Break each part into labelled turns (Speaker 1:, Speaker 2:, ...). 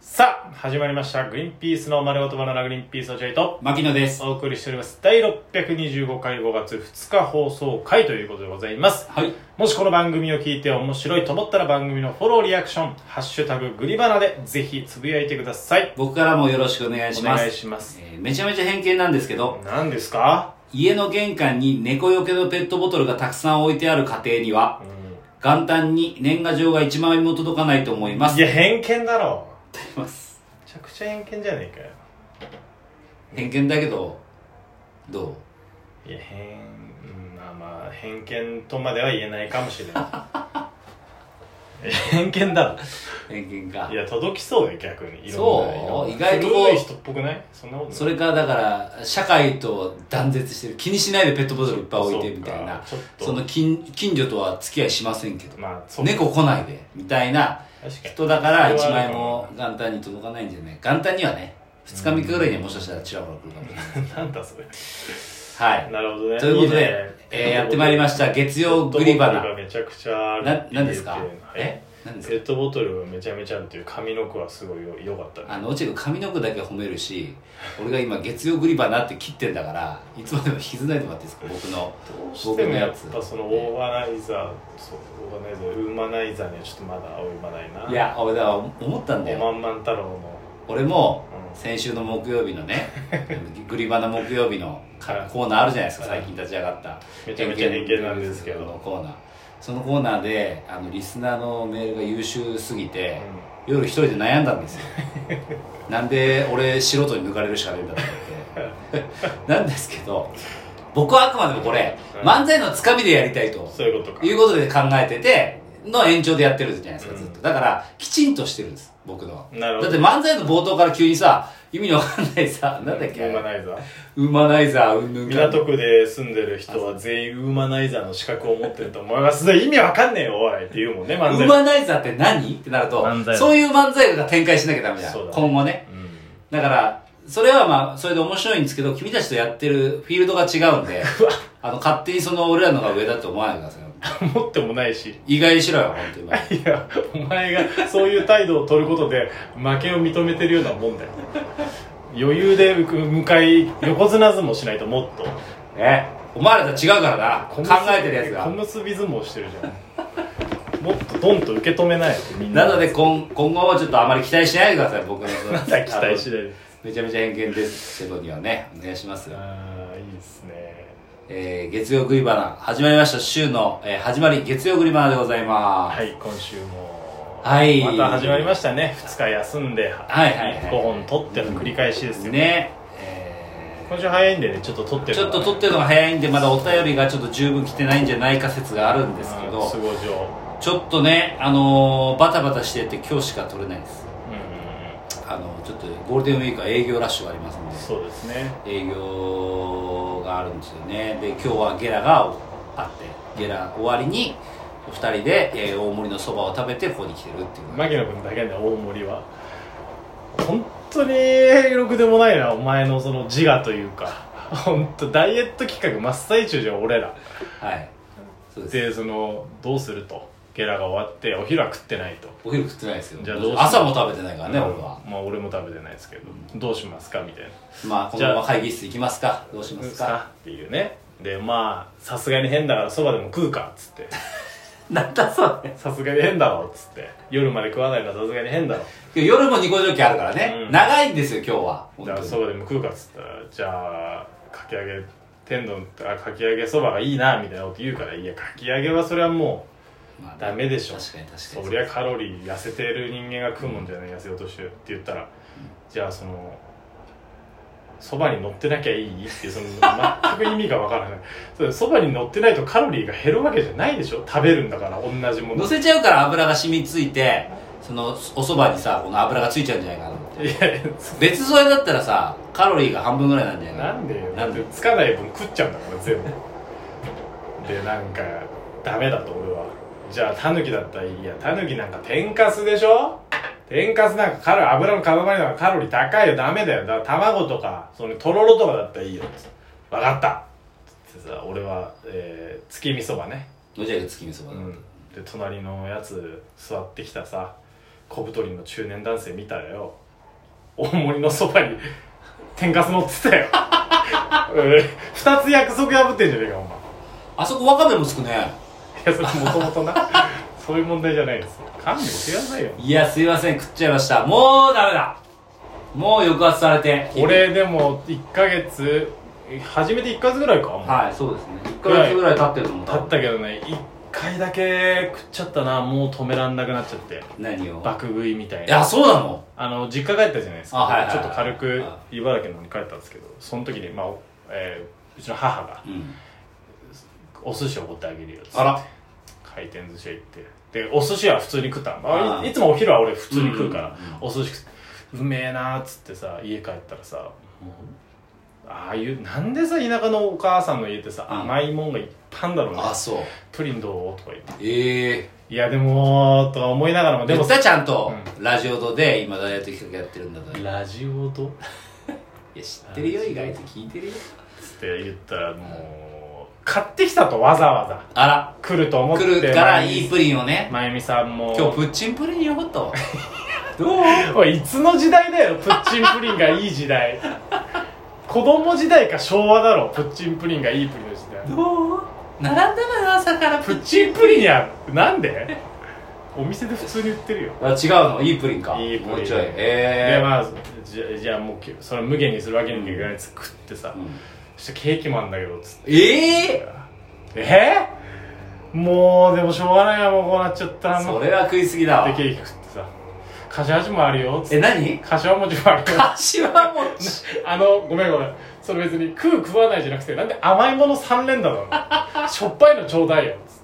Speaker 1: さあ始まりました「グリーンピースの丸ごとバナナグリーンピースのジェイと
Speaker 2: 牧野です。」
Speaker 1: お送りしております第625回5月2日放送回ということでございます
Speaker 2: はい。
Speaker 1: もしこの番組を聞いて面白いと思ったら番組のフォローリアクション「ハッシュタググリバナ」でぜひつぶやいてください
Speaker 2: 僕からもよろしくお願い
Speaker 1: お
Speaker 2: しま
Speaker 1: 願い
Speaker 2: す。
Speaker 1: します
Speaker 2: えーめちゃめちゃ偏見なんですけど、
Speaker 1: 何ですか
Speaker 2: 家の玄関に猫よけのペットボトルがたくさん置いてある家庭には、
Speaker 1: うん
Speaker 2: 元旦に年賀状が1枚も届かないと思います。
Speaker 1: いや偏見だろ
Speaker 2: ます
Speaker 1: めちゃくちゃ偏見じゃねえかよ
Speaker 2: 偏見だけど、どう
Speaker 1: いや偏うんまあまあ偏見とまでは言えないかもしれない 偏見だろ
Speaker 2: 偏見か
Speaker 1: い。や届きそうよ逆に
Speaker 2: そ
Speaker 1: い
Speaker 2: う
Speaker 1: ろんないろんな
Speaker 2: 意外とこう
Speaker 1: 古い人っぽくないそんなことない
Speaker 2: それか、だから、社会と断絶してる。気にしないでペットボトルいっぱい置いてみたいな。
Speaker 1: そうかちょ
Speaker 2: そ
Speaker 1: っ
Speaker 2: の
Speaker 1: と
Speaker 2: 近近所とは付き合いしませんけど。
Speaker 1: まあそう
Speaker 2: 猫来ないで、みたいな。
Speaker 1: 確かに
Speaker 2: 人だから
Speaker 1: そ
Speaker 2: 1
Speaker 1: れはあ
Speaker 2: 枚
Speaker 1: るか
Speaker 2: も元旦に届かないんじゃない元旦にはね2日3日ぐらいにはもしかしたらちらほら来るかもしれない
Speaker 1: なんだそれ
Speaker 2: はい
Speaker 1: なるほどね
Speaker 2: ということで
Speaker 1: ね
Speaker 2: えーやってまいりました月曜グリバ
Speaker 1: ペットボトル
Speaker 2: ナ
Speaker 1: がめちゃくちゃある
Speaker 2: な何ですか
Speaker 1: え
Speaker 2: え何です
Speaker 1: ペ
Speaker 2: か
Speaker 1: ットボトルがめちゃめちゃあるっていう髪の毛はすごいよ良かったね
Speaker 2: あの落合君髪の毛だけ褒めるし俺が今月曜グリバナって切ってんだからいつまでも引きずらないでもらっていいですか僕の
Speaker 1: どうし
Speaker 2: 僕
Speaker 1: て
Speaker 2: の
Speaker 1: もや
Speaker 2: や
Speaker 1: っ
Speaker 2: つ
Speaker 1: ぱそのオーバナイザーそうオーバナイザーウーマナイザーにはちょっとまだ及ばないない
Speaker 2: いや俺だから思ったんだ
Speaker 1: お
Speaker 2: よ
Speaker 1: まんまん太郎の
Speaker 2: 俺も
Speaker 1: うん
Speaker 2: 先週の木曜日の ねグリバナ木曜日の
Speaker 1: はい
Speaker 2: コーナーあるじゃないですか
Speaker 1: はい
Speaker 2: 最近立ち上がった
Speaker 1: めちゃめちゃ偏見なんですけど
Speaker 2: のコーナーそのコーナーであのリスナーのメールが優秀すぎて、夜一人で悩んだんですよ なんで俺素人に抜かれるしかねえんだと思って なんですけど僕はあくまでもこれ
Speaker 1: はい
Speaker 2: 漫才のつかみでやりたい
Speaker 1: うん
Speaker 2: と
Speaker 1: そういうことか
Speaker 2: いうことで考えてての延長でやってるじゃないですか
Speaker 1: うん
Speaker 2: ずっとだからきちんとしてるんです僕のは
Speaker 1: なるほ
Speaker 2: だ
Speaker 1: ど
Speaker 2: って漫才の冒頭から急にさ意味のわかんないさなんだっけ
Speaker 1: ウーマナイザー
Speaker 2: ウーマナイザーうんぬんかんぬん
Speaker 1: 港区で住んでる人は全員ウーマナイザーの資格を持ってると思います。意味わかんねえよ、おいって言うもんね、漫
Speaker 2: ウ
Speaker 1: 才。
Speaker 2: ーマナイザーって何ってなると
Speaker 1: 漫才、
Speaker 2: そういう漫才が展開しなきゃダメじゃん。
Speaker 1: そうだね
Speaker 2: 今後ね。
Speaker 1: うん
Speaker 2: だから、それはまあ、それで面白いんですけど、君たちとやってるフィールドが違う んで、あの、勝手にその俺らのが上だって思わないでくださいよ。
Speaker 1: 持ってもないし。
Speaker 2: 意外にしろよ、本 当に。
Speaker 1: いや、お前がそういう態度を取ることで負けを認めてるようなもんだよ。余裕で向かい、横綱相撲しないともっと。
Speaker 2: ね。お前らとは違うからな。考えてるやつ
Speaker 1: 小
Speaker 2: が。
Speaker 1: 結び相撲してるじゃん。もっとドンと受け止めないよ、みんな。
Speaker 2: なので、今今後はちょっとあまり期待しないでください、僕のその。
Speaker 1: 期待し
Speaker 2: あの
Speaker 1: ないです。
Speaker 2: めちゃめちゃ偏見ですけどにはね、お願いします。
Speaker 1: ああ、いいですね。
Speaker 2: えー、月曜グリバナ、始まりました。週の、えー始まり、月曜グリバナでございます。
Speaker 1: はい、今週も。
Speaker 2: はい
Speaker 1: また始まりましたね。2日休んで、
Speaker 2: はいはいはい
Speaker 1: 5本取っての繰り返しですよ。
Speaker 2: ね、え
Speaker 1: 今週早いんでね、ちょっと取って
Speaker 2: ー、
Speaker 1: る
Speaker 2: ち
Speaker 1: の
Speaker 2: ょ
Speaker 1: が
Speaker 2: っ
Speaker 1: ね
Speaker 2: と撮ってるのが早いんでまだお便りがちょっと十分来てないんじゃないか説があるんですけ
Speaker 1: うんす
Speaker 2: ど
Speaker 1: ごい上。
Speaker 2: ちょっとねあのーバタバタしてて今日しか撮れないです
Speaker 1: う
Speaker 2: あのちょっとゴールデンウィークは営業ラッシュがありますの
Speaker 1: ん、そうですね。
Speaker 2: で営業があるんですよねで今日はゲラがあってゲラ終わりにお二人で、えー大盛りのそばを食べてここに来てるっていう
Speaker 1: 牧野君だけね、大森は。本当に、ろくでもないな、お前のその自我というか。本当ダイエット企画真っ最中じゃん、俺ら。
Speaker 2: はいそうです
Speaker 1: で、その、どうすると。ゲラが終わって、お昼は食ってないと。
Speaker 2: お昼食ってないですよ
Speaker 1: じゃあどうしよう
Speaker 2: 朝も食べてないからね、俺は
Speaker 1: まあ、俺も食べてないですけど、どうしますかみたいな。
Speaker 2: まあこのまま会議室行きますかどうしますか
Speaker 1: っていうねでまあさすがに変だからそばでも食うかっつって
Speaker 2: なんだそれ
Speaker 1: さすがに変だろっつって夜まで食わないのはさすがに変だろ
Speaker 2: 夜もニコジョッキあるからね、
Speaker 1: うん
Speaker 2: 長いんですよ今日は本
Speaker 1: だか
Speaker 2: 当
Speaker 1: ら
Speaker 2: に
Speaker 1: そばでも食うかっつったらじゃあかき揚げ天丼あかき揚げそばがいいなみたいなこと言うからいやかき揚げはそれはも
Speaker 2: まあ
Speaker 1: ダメでしょ
Speaker 2: 確かに確かに
Speaker 1: うそりゃカロリー痩せてる人間が食うもんじゃない痩せようとしてるって言ったらじゃあそのそばに乗ってなきゃいいっていうその全く意味がわからないそれそばに乗ってないとカロリーが減るわけじゃないでしょ食べるんだから同じもの
Speaker 2: 乗せちゃうから油が染みついてそのおそばにさこの油がついちゃうんじゃないかなと思って
Speaker 1: いやいや
Speaker 2: 別添えだったらさカロリーが半分ぐらいなんじゃない
Speaker 1: な
Speaker 2: か
Speaker 1: んでよ
Speaker 2: な
Speaker 1: だっ
Speaker 2: んで
Speaker 1: てつかない分食っちゃうんだから全部でなんかダメだと俺はじゃあタヌキだったらいいやタヌキなんか天かすでしょ天かすなんかカロ油の塊だからカロリー高いよダメだよだから卵とかそのとろろとかだったらいいよ分かったつってさ俺は、えー月見そばね
Speaker 2: のじゃが月見そばだ、
Speaker 1: うんで隣のやつ座ってきたさ小太りの中年男性見たらよ大盛りのそばに天かす乗ってたよ 俺二つ約束破ってんじゃねえかお前
Speaker 2: あそこわかめもつくね
Speaker 1: いやそれもともとなそういう問題じゃないですよ勘弁してくださいよ
Speaker 2: いやすいません食っちゃいましたもうダメだもう抑圧されて
Speaker 1: 俺でも1ヶ月初めて1ヶ月ぐらいかもう
Speaker 2: はいそうですね1ヶ月ぐらい経ってると思う
Speaker 1: 経ったけどね1回だけ食っちゃったなもう止めらんなくなっちゃって
Speaker 2: 何を
Speaker 1: 爆食いみたい
Speaker 2: い
Speaker 1: な
Speaker 2: やそうなの
Speaker 1: あの実家帰ったじゃないですか、
Speaker 2: あはいはいはい
Speaker 1: ちょっと軽く茨城の方に帰ったんですけどその時に、まあおえーうちの母が
Speaker 2: うん
Speaker 1: お寿司をおごってあげるよっつって
Speaker 2: あら
Speaker 1: 回転寿司屋行ってでお寿司は普通に食ったのあ
Speaker 2: あー
Speaker 1: いいつもお昼は俺普通に食うから、
Speaker 2: うんうんうん
Speaker 1: お寿司食ってうめえなーっつってさ家帰ったらさもうああいうなんでさ田舎のお母さんの家ってさ、
Speaker 2: うん
Speaker 1: 甘いもんがいっぱいあんだろうね
Speaker 2: あそう
Speaker 1: プリンどうとか言って
Speaker 2: ええ
Speaker 1: いやでもとか思いながらもでも
Speaker 2: 絶対ちゃんと
Speaker 1: う
Speaker 2: ラジオとで今ダイエット企画やってるんだからい
Speaker 1: ラジオと
Speaker 2: や知ってるよ意外と聞いてるよ
Speaker 1: つって言ったらもう買ってきたとわざわざ
Speaker 2: あら
Speaker 1: 来ると思って
Speaker 2: 来るからいいプリンをね
Speaker 1: まゆみさんも
Speaker 2: 今日プッチンプリンよかったわ どう
Speaker 1: おいいつの時代だよプッチンプリンがいい時代 子供時代か昭和だろプッチンプリンがいいプリンの時代
Speaker 2: どう並んだのよ朝から
Speaker 1: プッチンプリンやなんでお店で普通に売ってるよ
Speaker 2: あ違うのいいプリンか
Speaker 1: いいプリン
Speaker 2: もうちょい
Speaker 1: で
Speaker 2: ええ
Speaker 1: まあじゃじゃあもうきそれ無限にするわけにはいかないやつ食ってさ、
Speaker 2: うん
Speaker 1: そしてケーキもあんだけどつって
Speaker 2: ええ
Speaker 1: えー、もうでもしょうがないやもうこうなっちゃったな
Speaker 2: それは食いすぎだ
Speaker 1: で
Speaker 2: わ
Speaker 1: ケーキ食ってさ柏味もあるよつって
Speaker 2: え何
Speaker 1: 柏餅もあるよ
Speaker 2: 柏餅
Speaker 1: あのごめんごめんそれ別に食う食わないじゃなくてなんで甘いもの3連打な のしょっぱいのちょうだいよつって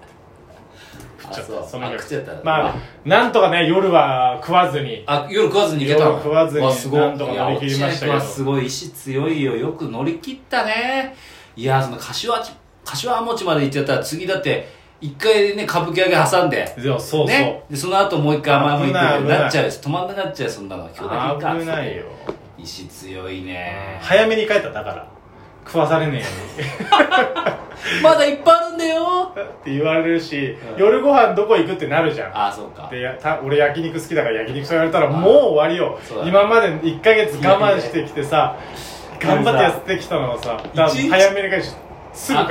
Speaker 1: 食っちゃっ
Speaker 2: あ
Speaker 1: た
Speaker 2: そう
Speaker 1: の日
Speaker 2: あ食っちゃった
Speaker 1: まあなんとかね夜は食わずに
Speaker 2: あ夜食わずにいけたの
Speaker 1: 夜食わずに
Speaker 2: わすごい
Speaker 1: なんとか乗り切りましたけど
Speaker 2: いや落合君はすごい意志強いよよく乗り切ったねいやその柏柏餅まで行っちゃったら次だって一回ね歌舞伎揚げ挟んで
Speaker 1: でもそうそう、
Speaker 2: ね、でその後もう一回甘いもん行って
Speaker 1: 危ない危ない
Speaker 2: なっちゃうよ止まんなくなっちゃうよそんなの今日だけ
Speaker 1: 危ないよ
Speaker 2: 意志強いね
Speaker 1: 早めに帰っただから食わされねえように
Speaker 2: まだいっぱいあるんだよ
Speaker 1: って言われるし、
Speaker 2: うん
Speaker 1: 夜ご飯どこ行くってなるじゃん
Speaker 2: ああそうか
Speaker 1: でやた俺焼肉好きだから焼肉食われたら
Speaker 2: あー
Speaker 1: もう終わりよ
Speaker 2: そうだね
Speaker 1: 今まで1ヶ月我慢してきてさ頑張ってやってきたのはさだから
Speaker 2: 一日
Speaker 1: 早めに帰ってすぐ帰っ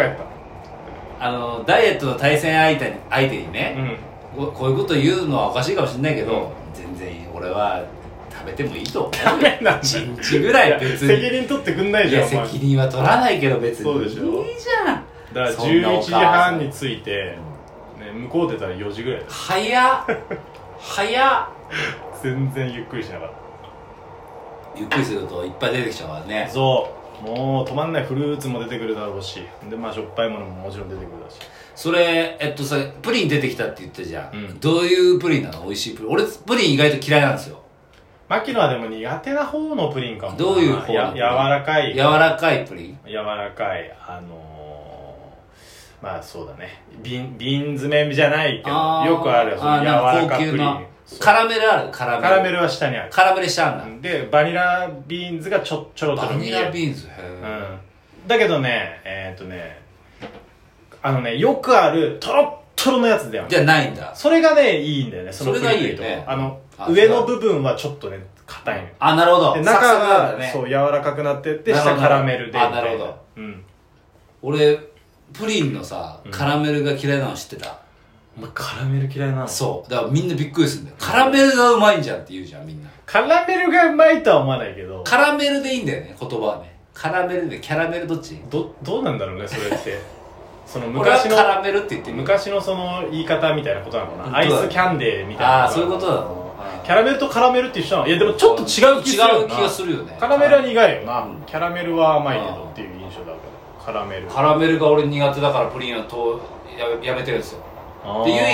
Speaker 1: た
Speaker 2: あのダイエットの対戦相手に相手にね、
Speaker 1: うん
Speaker 2: ここういうこと言うのはおかしいかもしれないけど、全然俺は食べてもいいと思う
Speaker 1: ダメなんだ
Speaker 2: 1日ぐらい別に
Speaker 1: 責任取ってくんない
Speaker 2: い
Speaker 1: じゃん
Speaker 2: や
Speaker 1: お前
Speaker 2: 責任は取らないけど別に
Speaker 1: そうでしょ
Speaker 2: いいじゃん
Speaker 1: だから
Speaker 2: そんなお
Speaker 1: 11
Speaker 2: 母
Speaker 1: 時
Speaker 2: さん
Speaker 1: 半に着いて、ね、向こう出たら4時ぐらいだ
Speaker 2: 早っ早っ
Speaker 1: 全然ゆっくりしなかっ
Speaker 2: ゆっくりするといっぱい出てきちゃうから
Speaker 1: た
Speaker 2: ね
Speaker 1: そうもう止まんないフルーツも出てくるだろうしでまあしょっぱいものももちろん出てくるだし
Speaker 2: それえっとさプリン出てきたって言ったじゃん、
Speaker 1: うん
Speaker 2: どういうプリンなの美味しいプリン俺プリン意外と嫌いなんですよ
Speaker 1: 牧野はでも苦手な方のプリンかもな
Speaker 2: どういう方のプリン
Speaker 1: や柔らかい
Speaker 2: 柔らかいプリン
Speaker 1: 柔らかいあのー、まあそうだね瓶瓶詰めじゃないけど
Speaker 2: あー
Speaker 1: よくあるそ
Speaker 2: あ
Speaker 1: の
Speaker 2: ー
Speaker 1: 柔
Speaker 2: な
Speaker 1: ら
Speaker 2: んか
Speaker 1: か
Speaker 2: 高
Speaker 1: プ
Speaker 2: 級
Speaker 1: リ
Speaker 2: な
Speaker 1: ンそう
Speaker 2: カラメルあるカラメル
Speaker 1: カラメルは下にある
Speaker 2: カラメルしてあん
Speaker 1: でバニラビーンズがちょちょろ
Speaker 2: だ
Speaker 1: ちょ
Speaker 2: バ
Speaker 1: ろ
Speaker 2: ニ
Speaker 1: 見
Speaker 2: ラ
Speaker 1: える
Speaker 2: ビーンズへ
Speaker 1: う
Speaker 2: え、
Speaker 1: んだけどねえーっ、とねあのねよくあるとろっとろのやつだよね
Speaker 2: じゃないんだ
Speaker 1: それがねいいいんだよねその
Speaker 2: それがいいよね
Speaker 1: プリンとあの
Speaker 2: あ
Speaker 1: 上の部分はちょっとね硬いのよ
Speaker 2: あなるほど
Speaker 1: で
Speaker 2: サクサ
Speaker 1: 中
Speaker 2: クなん
Speaker 1: が、
Speaker 2: だね
Speaker 1: そう柔らかくなってって
Speaker 2: なるほ
Speaker 1: 下
Speaker 2: ど
Speaker 1: カラメルで
Speaker 2: あなるほ
Speaker 1: み
Speaker 2: ど
Speaker 1: たいなうん
Speaker 2: 俺プリンのさ
Speaker 1: うん
Speaker 2: カラメルが嫌いなの知ってた、
Speaker 1: お前カラメル嫌いなの
Speaker 2: そうだからみんなびっくりするんだよカラメルがうまいんじゃんって言うじゃんみんな
Speaker 1: カラメルがうまいとは思わないけど
Speaker 2: カラメルでいいんだよね言葉はねカラメルでキャラメルどっち
Speaker 1: どどうなんだろうねそれって その
Speaker 2: 俺は
Speaker 1: 昔
Speaker 2: カ
Speaker 1: の
Speaker 2: ラメルって言ってる
Speaker 1: 昔のその言い方みたいなことなのか
Speaker 2: 本当
Speaker 1: な
Speaker 2: だ
Speaker 1: アイスキャンデーみたいな
Speaker 2: ああーそういうことだろ
Speaker 1: キャラメルとカラメルって一緒なのいやでもちょっと違う気するよな
Speaker 2: 違う気がするよね
Speaker 1: カラメルは苦いよな、
Speaker 2: うん
Speaker 1: キャラメルは甘いけどっていう印象だからカラメル
Speaker 2: カラメルが俺苦手だからプリンはとややめてるんですよ
Speaker 1: あー
Speaker 2: で唯一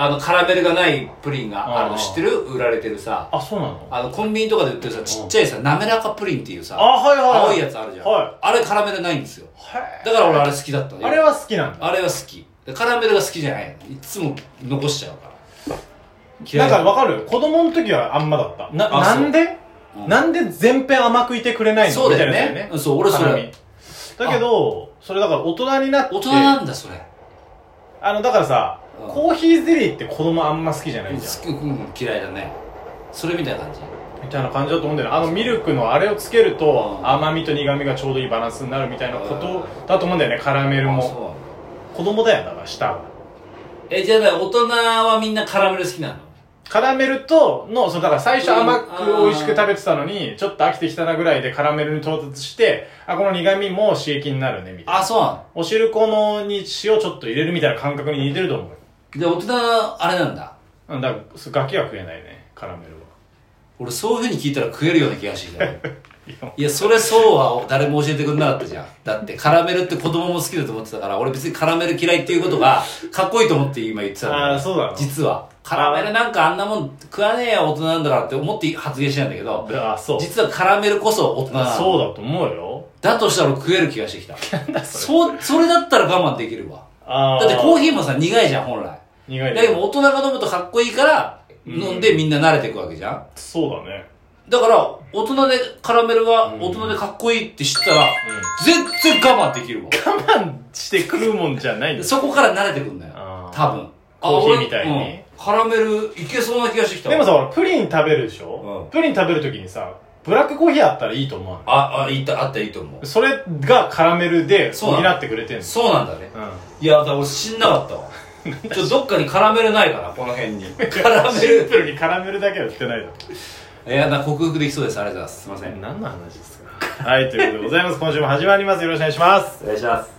Speaker 2: あのカラメルがないプリンがある
Speaker 1: あ
Speaker 2: の
Speaker 1: ー
Speaker 2: 知ってる売られてるさ
Speaker 1: あそうなの
Speaker 2: あのコンビニとかで売ってるさちっちゃいさ滑らかプリンっていうさ
Speaker 1: あはいはい
Speaker 2: 青いやつあるじゃん、
Speaker 1: は
Speaker 2: あれカラメルないんですよ
Speaker 1: はい
Speaker 2: だから俺あれ好きだったのよ
Speaker 1: あれは好きなんだ
Speaker 2: あれは好きカラメルが好きじゃないのいつも残しちゃうから嫌
Speaker 1: ないんかわかる子供の時はあんまだったな
Speaker 2: あ
Speaker 1: なんで、
Speaker 2: うん
Speaker 1: なんで全編甘くいてくれないの
Speaker 2: そうだよ
Speaker 1: みたいなやつ
Speaker 2: ねうんそう俺そ
Speaker 1: 花見
Speaker 2: れ
Speaker 1: だけどそれだから大人になって
Speaker 2: 大人なんだそれ
Speaker 1: あのだからさ、
Speaker 2: うん
Speaker 1: コーヒーゼリーって子供あんま好きじゃないじゃん
Speaker 2: 好きうん嫌いだねそれみたいな感じ
Speaker 1: みたいな感じだと思うんだよねあのミルクのあれをつけると
Speaker 2: うん
Speaker 1: 甘みと苦みがちょうどいいバランスになるみたいなことだと思うんだよねカラメル
Speaker 2: あ
Speaker 1: も
Speaker 2: そう
Speaker 1: 子供だよだから舌は
Speaker 2: えじゃあ大人はみんなカラメル好きなの
Speaker 1: カラメルとの、そう、だから最初甘く
Speaker 2: う
Speaker 1: 美
Speaker 2: ん
Speaker 1: 味しく食べてたのに、ちょっと飽きてきたなぐらいでカラメルに到達して、あ、この苦味も刺激になるね、みたいな。
Speaker 2: あそうなの
Speaker 1: お汁粉のに塩ちょっと入れるみたいな感覚に似てると思うよ。
Speaker 2: で大人はあれなんだ
Speaker 1: うん、だから、そうガキは食えないね、カラメルは。
Speaker 2: 俺そういうふうに聞いたら食えるような気がしてきたね
Speaker 1: い や
Speaker 2: いやそれそうは誰も教えてくれなかったじゃんだってカラメルって子供も好きだと思ってたから俺別にカラメル嫌いっていうことがかっこいいと思って今言ってたの
Speaker 1: ああ、そうだ
Speaker 2: 実はカラメルなんかあんなもん食わねえよ大人なんだからって思って発言してないんだけど
Speaker 1: な。あ、そう。
Speaker 2: 実はカラメルこそ大人なの
Speaker 1: そうだと思うよ。
Speaker 2: だとしたら俺食える気がしてきたそうそれだったら我慢できるわ
Speaker 1: あ
Speaker 2: だってコー
Speaker 1: ヒ
Speaker 2: ヒーもさ苦いじゃん本来
Speaker 1: ー。苦い
Speaker 2: だけど大人が飲むとかっこいいから
Speaker 1: うん
Speaker 2: 飲んでみんな慣れていくわけじゃん
Speaker 1: そうだね。
Speaker 2: だから大人でカラメルが大人でかっこいいって知ったら全然我慢できるわ
Speaker 1: 我慢して食うもんじゃないんだよ。
Speaker 2: そこから慣れてくんだよ
Speaker 1: あー
Speaker 2: 多分
Speaker 1: コーヒー
Speaker 2: あ俺
Speaker 1: みたいに
Speaker 2: うんカラメルいけそうな気がしてきたわ
Speaker 1: でもさ、ほらプリン食べるでしょ、
Speaker 2: うん
Speaker 1: プリン食べるときにさ、ブラックコーヒーあったらいいと思わない
Speaker 2: ああいったあったらいいと思う
Speaker 1: それがカラメルで
Speaker 2: そうな
Speaker 1: 補
Speaker 2: の
Speaker 1: ってくれてるんです
Speaker 2: そうなんだね
Speaker 1: うん
Speaker 2: いやだから俺知んなかった わちょっとどっかにカラメルないかなこの辺にカラメ
Speaker 1: シン
Speaker 2: ル
Speaker 1: プルにカラメルだけは売ってないだ
Speaker 2: いやだ克服できそうですありがとうございますすいません
Speaker 1: 何の話ですかはいということでございます今週も始まりますよろしくお願いします
Speaker 2: お願いします